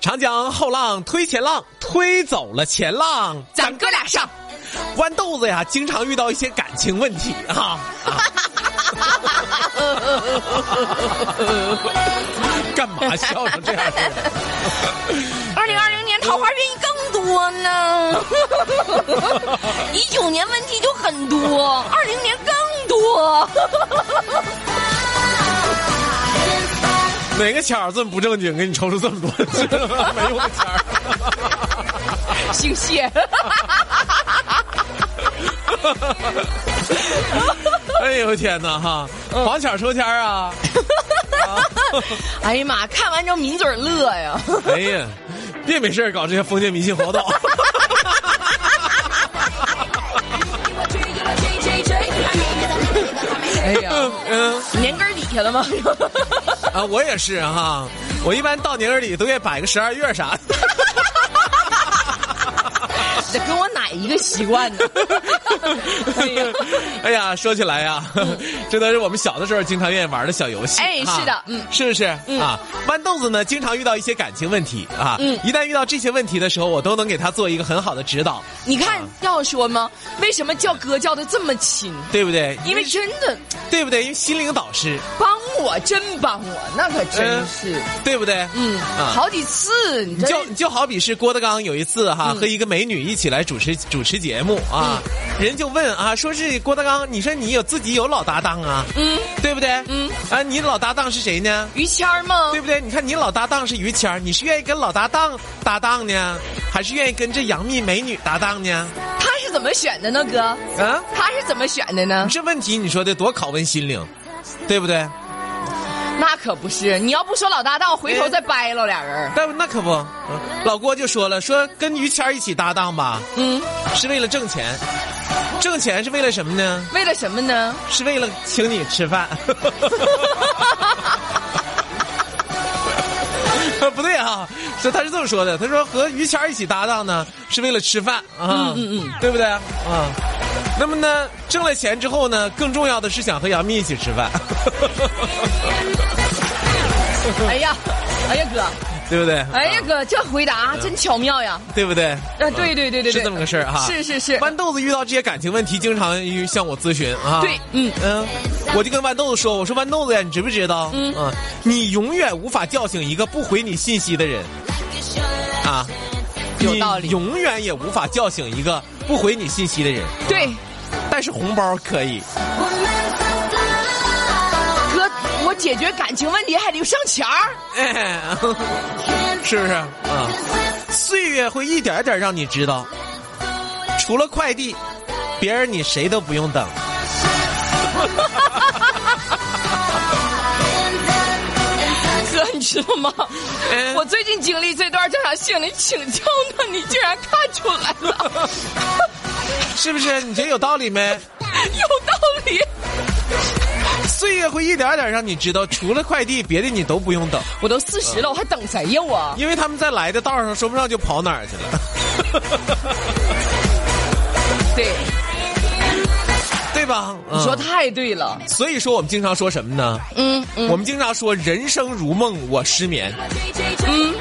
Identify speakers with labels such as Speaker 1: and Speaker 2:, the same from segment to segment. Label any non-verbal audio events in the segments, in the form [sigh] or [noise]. Speaker 1: 长江后浪推前浪，推走了前浪，咱哥俩上。豌豆子呀，经常遇到一些感情问题啊。 [laughs] 啊干嘛笑成这样似的？
Speaker 2: 二零二零年桃花运更多 [laughs] 呢，一九年问题就很多，二零年更多。
Speaker 1: 哪个钱儿这么不正经，给你抽出这么多没用的钱儿？
Speaker 2: 姓谢，
Speaker 1: 哎呦天哪哈！黄钱儿抽签儿啊！
Speaker 2: 哎呀妈，看完之后抿嘴儿乐呀。
Speaker 1: 哎呀，别没事儿搞这些封建迷信活动。
Speaker 2: 哎呀，
Speaker 1: [laughs] 嗯
Speaker 2: 年根儿底下了吗？
Speaker 1: 啊，我也是哈，我一般到年根里都愿意摆个十二月啥的。
Speaker 2: 这跟我哪一个习惯呢？哎呀，
Speaker 1: 哎呀，说起来呀， [laughs] 这都是我们小的时候经常愿意玩的小游戏。
Speaker 2: 嗯哎
Speaker 1: 啊
Speaker 2: 是的嗯
Speaker 1: 是不是？
Speaker 2: 嗯
Speaker 1: 啊，豌豆子呢，经常遇到一些感情问题啊。
Speaker 2: 嗯
Speaker 1: 一旦遇到这些问题的时候，我都能给他做一个很好的指导，
Speaker 2: 你看要说吗？为什么叫哥叫的这么亲？
Speaker 1: 对不对？
Speaker 2: 因为真的
Speaker 1: 对不对？因为心灵导师，
Speaker 2: 帮我，真帮我，那可真是，
Speaker 1: 对不对？
Speaker 2: 嗯，
Speaker 1: 啊。
Speaker 2: 好几次，你
Speaker 1: 你
Speaker 2: 这
Speaker 1: 就你就好比是郭德纲有一次哈、
Speaker 2: 嗯
Speaker 1: 和一个美女一起来主持主持节目啊，
Speaker 2: 嗯
Speaker 1: 人就问啊，说是郭德纲，你说你有自己有老搭档啊，
Speaker 2: 嗯，
Speaker 1: 对不对？
Speaker 2: 嗯，
Speaker 1: 啊，你老搭档是谁呢？
Speaker 2: 于谦儿吗
Speaker 1: 对？不对？你看你老搭档是于谦儿，你是愿意跟老搭档搭档呢，还是愿意跟这杨幂美女搭档呢？
Speaker 2: 他是怎么选的呢，哥？
Speaker 1: 啊，
Speaker 2: 他是怎么选的呢？
Speaker 1: 这问题你说的多拷问心灵，对不对？
Speaker 2: 那可不是，你要不说老搭档，回头再掰了俩人儿。
Speaker 1: 但那可不，嗯老郭就说了，说跟于谦儿一起搭档吧，
Speaker 2: 嗯，
Speaker 1: 是为了挣钱，挣钱是为了什么呢？
Speaker 2: 为了什么呢？
Speaker 1: 是为了请你吃饭。 [laughs] 呃不对啊，这他是这么说的，他说和于谦儿一起搭档呢，是为了吃饭啊，嗯嗯对不对啊？那么呢，挣了钱之后呢，更重要的是想和杨幂一起吃饭， [laughs]
Speaker 2: 哎呀，哎呀哥，
Speaker 1: 对不对？啊
Speaker 2: 哎呀哥，这回答啊真巧妙呀！
Speaker 1: 对不对？
Speaker 2: 啊，对对对对对，
Speaker 1: 是这么个事儿哈
Speaker 2: 是是是，
Speaker 1: 豌豆子遇到这些感情问题，经常与向我咨询啊。
Speaker 2: 对，嗯，
Speaker 1: 嗯，我就跟豌豆子说，我说豌豆子呀，你知不知道？
Speaker 2: 嗯
Speaker 1: 啊，你永远无法叫醒一个不回你信息的人，啊，
Speaker 2: 有道理
Speaker 1: 你永远也无法叫醒一个不回你信息的人，啊
Speaker 2: 对，
Speaker 1: 但是红包可以。 [laughs]
Speaker 2: 哥，我解决感情问题还得上钱儿。
Speaker 1: 哎，是不是啊？岁月会一点点让你知道，除了快递，别人你谁都不用等。
Speaker 2: 哥，你知道吗？
Speaker 1: 嗯
Speaker 2: 我最近经历这段正常心理请教呢，你竟然看出来
Speaker 1: [laughs]
Speaker 2: 了，
Speaker 1: 是不是？你觉得有道理没？
Speaker 2: 有道理。
Speaker 1: 岁月会一点点让你知道，除了快递，别的你都不用等，
Speaker 2: 我都四十了，我还等谁呀我？
Speaker 1: 因为他们在来的道上，说不上就跑哪儿去
Speaker 2: [laughs]
Speaker 1: 了，
Speaker 2: 对，
Speaker 1: 对吧？嗯
Speaker 2: 你说太对了。
Speaker 1: 所以说我们经常说什么呢？
Speaker 2: 嗯嗯
Speaker 1: 我们经常说人生如梦，我失眠，
Speaker 2: 嗯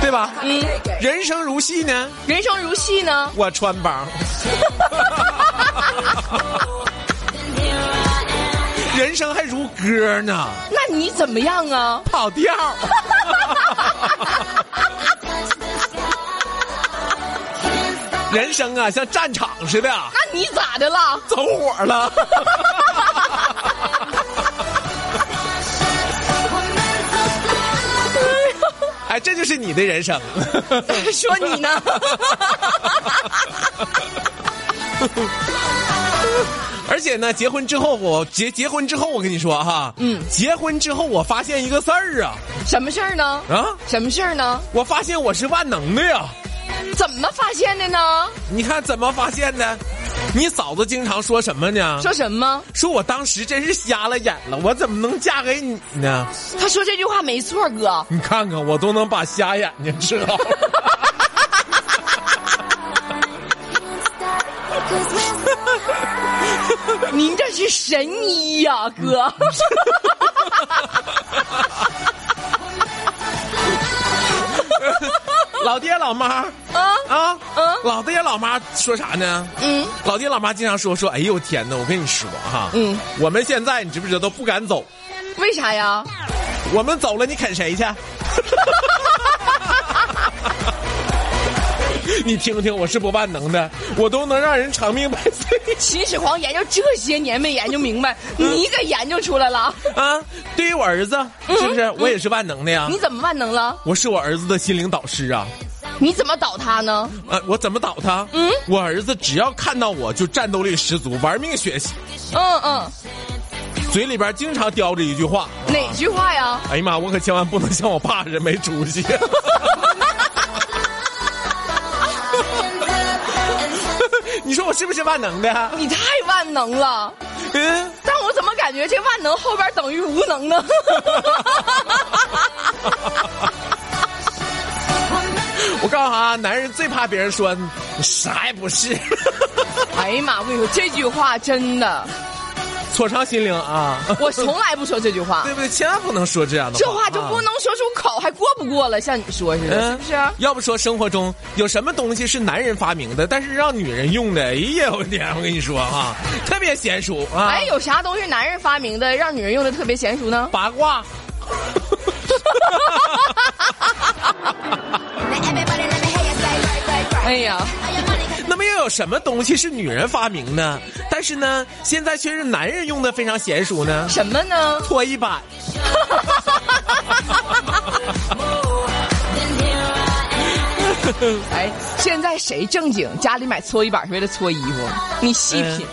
Speaker 1: 对吧？
Speaker 2: 嗯，
Speaker 1: 人生如戏呢，
Speaker 2: 人生如戏呢。
Speaker 1: 我穿
Speaker 2: [laughs]
Speaker 1: 帮。人生还如歌呢，
Speaker 2: 那你怎么样啊？
Speaker 1: 跑调。人生啊，像战场似的，啊
Speaker 2: 那啊你咋的了？ [laughs]
Speaker 1: 走火了。哎，这就是你的人生。
Speaker 2: 说你呢？
Speaker 1: 而且呢，结婚之后我结结婚之后，我跟你说哈，嗯，结婚之后我发现一个事儿啊
Speaker 2: 什么事儿呢？
Speaker 1: 啊，
Speaker 2: 什么事儿呢？
Speaker 1: 我发现我是万能的呀。
Speaker 2: 怎么发现的呢？
Speaker 1: 你看怎么发现的？你嫂子经常说什么呢？
Speaker 2: 说什么？
Speaker 1: 说我当时真是瞎了眼了，我怎么能嫁给你呢？
Speaker 2: 他说这句话没错，哥。
Speaker 1: 你看看，我都能把瞎眼睛治
Speaker 2: [laughs]
Speaker 1: 好。
Speaker 2: 您这是神医呀、哥。
Speaker 1: 老爹老妈
Speaker 2: 啊
Speaker 1: 啊，
Speaker 2: 嗯
Speaker 1: 老爹老妈说啥呢？
Speaker 2: 嗯，
Speaker 1: 老爹老妈经常说说，哎呦天哪，我跟你说哈，
Speaker 2: 嗯，
Speaker 1: 我们现在你知不知道都不敢走，
Speaker 2: 为啥呀？
Speaker 1: 我们走了你啃谁去？你听听，我是不万能的，我都能让人长命百岁
Speaker 2: 秦始皇研究这些年没研究明白，你给研究出来了，
Speaker 1: 啊！对于我儿子，是不是我也是万能的呀？
Speaker 2: 你怎么万能了？
Speaker 1: 我是我儿子的心灵导师啊！
Speaker 2: 你怎么倒他呢？
Speaker 1: 啊，我怎么导他？
Speaker 2: 嗯
Speaker 1: 我儿子只要看到我就战斗力十足，玩命学习，
Speaker 2: 嗯嗯，
Speaker 1: 嘴里边经常叼着一句话。
Speaker 2: 哪句话呀？
Speaker 1: 哎呀妈，我可千万不能像我爸似的没出息。 [laughs] 你说我是不是万能的？
Speaker 2: 你太万能了，
Speaker 1: 嗯，
Speaker 2: 但我怎么感觉这万能后边等于无能呢？
Speaker 1: 我告诉你啊，男人最怕别人说你啥也不是， [laughs]
Speaker 2: 哎呀妈，我跟你说这句话真
Speaker 1: [laughs]
Speaker 2: 的，
Speaker 1: 挫伤心灵啊，
Speaker 2: 我从来不说这句话
Speaker 1: [laughs] 对，不对？千万不能说这样的话，
Speaker 2: 这话就不
Speaker 1: 啊。
Speaker 2: 能说出口，还过不过了？像你说似的，是
Speaker 1: 嗯
Speaker 2: 不是？
Speaker 1: 要不说生活中有什么东西是男人发明的，但是让女人用的？哎呀，我天！我跟你说啊，特别娴熟啊。
Speaker 2: 哎，有啥东西男人发明的，让女人用的特别娴熟呢？
Speaker 1: 八卦。
Speaker 2: 哎呀，
Speaker 1: 那么又有什么东西是女人发明的？但是呢，现在却是男人用的非常娴熟呢？
Speaker 2: 什么呢？
Speaker 1: 搓衣板。
Speaker 2: 哎，现在谁正经家里买搓衣板是为了搓衣服？你细
Speaker 1: 嗯
Speaker 2: 品，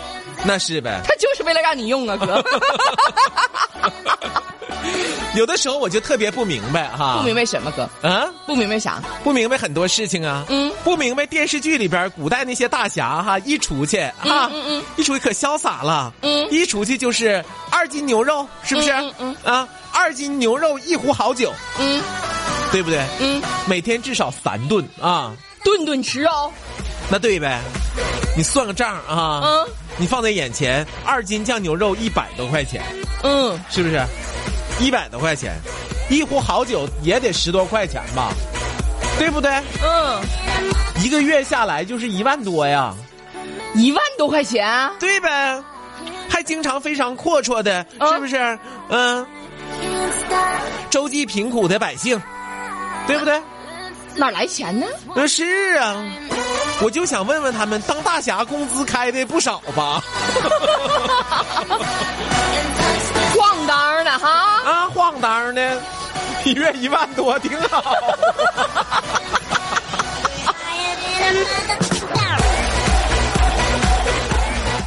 Speaker 1: 那是呗。 [laughs]
Speaker 2: 他就是为了让你用啊，哥。 [laughs]
Speaker 1: 有的时候我就特别不明白哈。
Speaker 2: 不明白什么，哥？
Speaker 1: 啊，
Speaker 2: 不明白啥？
Speaker 1: 不明白很多事情啊。
Speaker 2: 嗯
Speaker 1: 不明白电视剧里边古代那些大侠哈，一出去啊，
Speaker 2: 嗯嗯
Speaker 1: 一出去可潇洒了。
Speaker 2: 嗯
Speaker 1: 一出去就是二斤牛肉，是不是？
Speaker 2: 嗯嗯
Speaker 1: 啊，二斤牛肉一壶好酒，
Speaker 2: 嗯
Speaker 1: 对不对？
Speaker 2: 嗯，
Speaker 1: 每天至少三顿啊，
Speaker 2: 顿顿吃哦。
Speaker 1: 那对呗？你算个账啊。
Speaker 2: 嗯
Speaker 1: 你放在眼前，二斤酱牛肉一百多块钱，
Speaker 2: 嗯，
Speaker 1: 是不是？一百多块钱，一壶好酒也得十多块钱吧，对不对？
Speaker 2: 嗯，
Speaker 1: 一个月下来就是一万多呀，
Speaker 2: 一万多块钱，啊
Speaker 1: 对呗？还经常非常阔绰的，
Speaker 2: 嗯
Speaker 1: 是不是？嗯、周济贫苦的百姓，对不对？
Speaker 2: 哪来钱呢？
Speaker 1: 那是啊，我就想问问他们，当大侠工资开的不少吧？
Speaker 2: 咣当的哈，
Speaker 1: 啊，晃荡的，一月一万多，挺好。 [laughs]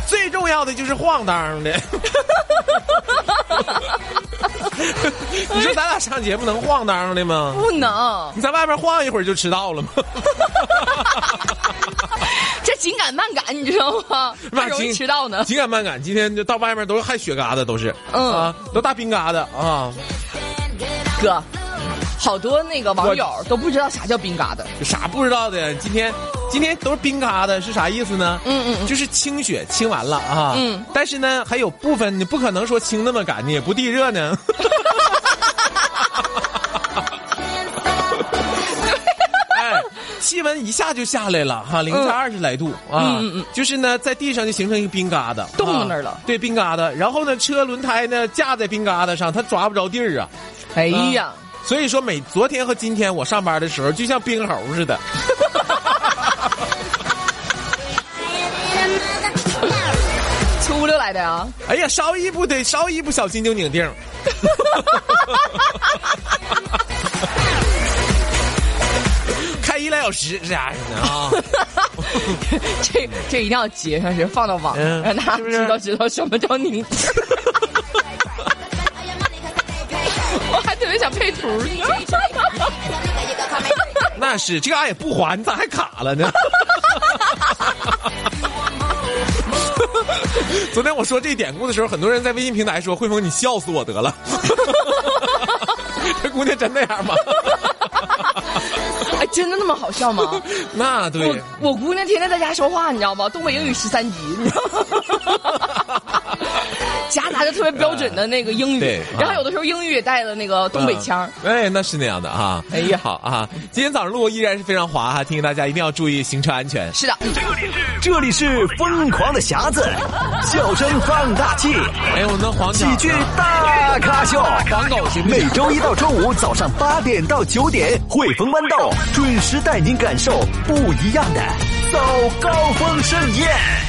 Speaker 1: 最重要的就是晃荡的。你说咱俩上节目能晃荡的吗？
Speaker 2: 不 [laughs] 能，
Speaker 1: 你在外边晃一会儿就迟到了吗？
Speaker 2: 这紧赶慢赶，你知道吗？还容易迟到呢。
Speaker 1: 紧赶慢赶，今天就到外面都是害雪疙瘩，都是，
Speaker 2: 嗯
Speaker 1: 啊，都大冰疙瘩啊，
Speaker 2: 哥，好多那个网
Speaker 1: 我
Speaker 2: 友都不知道啥叫冰疙瘩。
Speaker 1: 有啥不知道的？今天今天都是冰疙瘩，是啥意思呢？
Speaker 2: 嗯嗯
Speaker 1: [laughs]
Speaker 2: 嗯
Speaker 1: 就是清雪清完了啊，
Speaker 2: 嗯，
Speaker 1: 但是呢，还有部分你不可能说清那么赶，你也不地热
Speaker 2: [laughs]
Speaker 1: 呢。哎，气温一下就下来了哈，零下二十来度、啊，
Speaker 2: 嗯嗯嗯嗯
Speaker 1: 就是呢，在地上就形成一个冰疙瘩，
Speaker 2: 冻到
Speaker 1: 啊
Speaker 2: 那儿了
Speaker 1: 对，冰疙瘩，然后呢，车轮胎呢架在冰疙瘩上，它抓不着地儿啊。
Speaker 2: 哎
Speaker 1: 啊
Speaker 2: 呀，
Speaker 1: 所以说每昨天和今天我上班的时候，就像冰猴似的。
Speaker 2: 出溜来的啊呀。
Speaker 1: 哎呀，稍一不得，稍一不小心就拧腚。 [laughs] 开一来小时，这家伙呢啊！
Speaker 2: [laughs]
Speaker 1: [laughs]
Speaker 2: 这这一定要截上去，放到网上，
Speaker 1: 嗯
Speaker 2: 让大家
Speaker 1: 是不是
Speaker 2: 知道知道什么叫拧劲儿。 [laughs] 我还特别想配图 [laughs] 呢。
Speaker 1: 那是这嘎也不滑，你咋还卡了呢？ [laughs] 昨天我说这典故的时候，很多人在微信平台说：“汇丰，你笑死我得了。” [laughs] 这姑娘真那样吗？ [laughs]
Speaker 2: 哎，真的那么好笑吗？
Speaker 1: 那
Speaker 2: 我
Speaker 1: 对，
Speaker 2: 我姑
Speaker 1: [laughs]
Speaker 2: 娘天天在家说话，你知道吗？东北英语十三级，你知道吗？夹杂着特别标准的那个英
Speaker 1: 对
Speaker 2: 语，
Speaker 1: 啊
Speaker 2: 然后有的时候英语也带了那个东北腔儿。
Speaker 1: 嗯哎，那是那样的啊。
Speaker 2: 哎呀
Speaker 1: 好啊，今天早上路依然是非常滑哈，啊提醒大家一定要注意行车安全。
Speaker 2: 是的，
Speaker 3: 这里是疯狂的匣子，笑声放大器，
Speaker 1: 哎，我们的黄
Speaker 3: 喜
Speaker 1: 鸟
Speaker 3: 剧大咖秀。
Speaker 1: 黄狗行不
Speaker 3: 每
Speaker 1: 行？
Speaker 3: 周一到周五早上八点到九点，汇丰豌豆准时带您感受不一样的早高峰盛宴。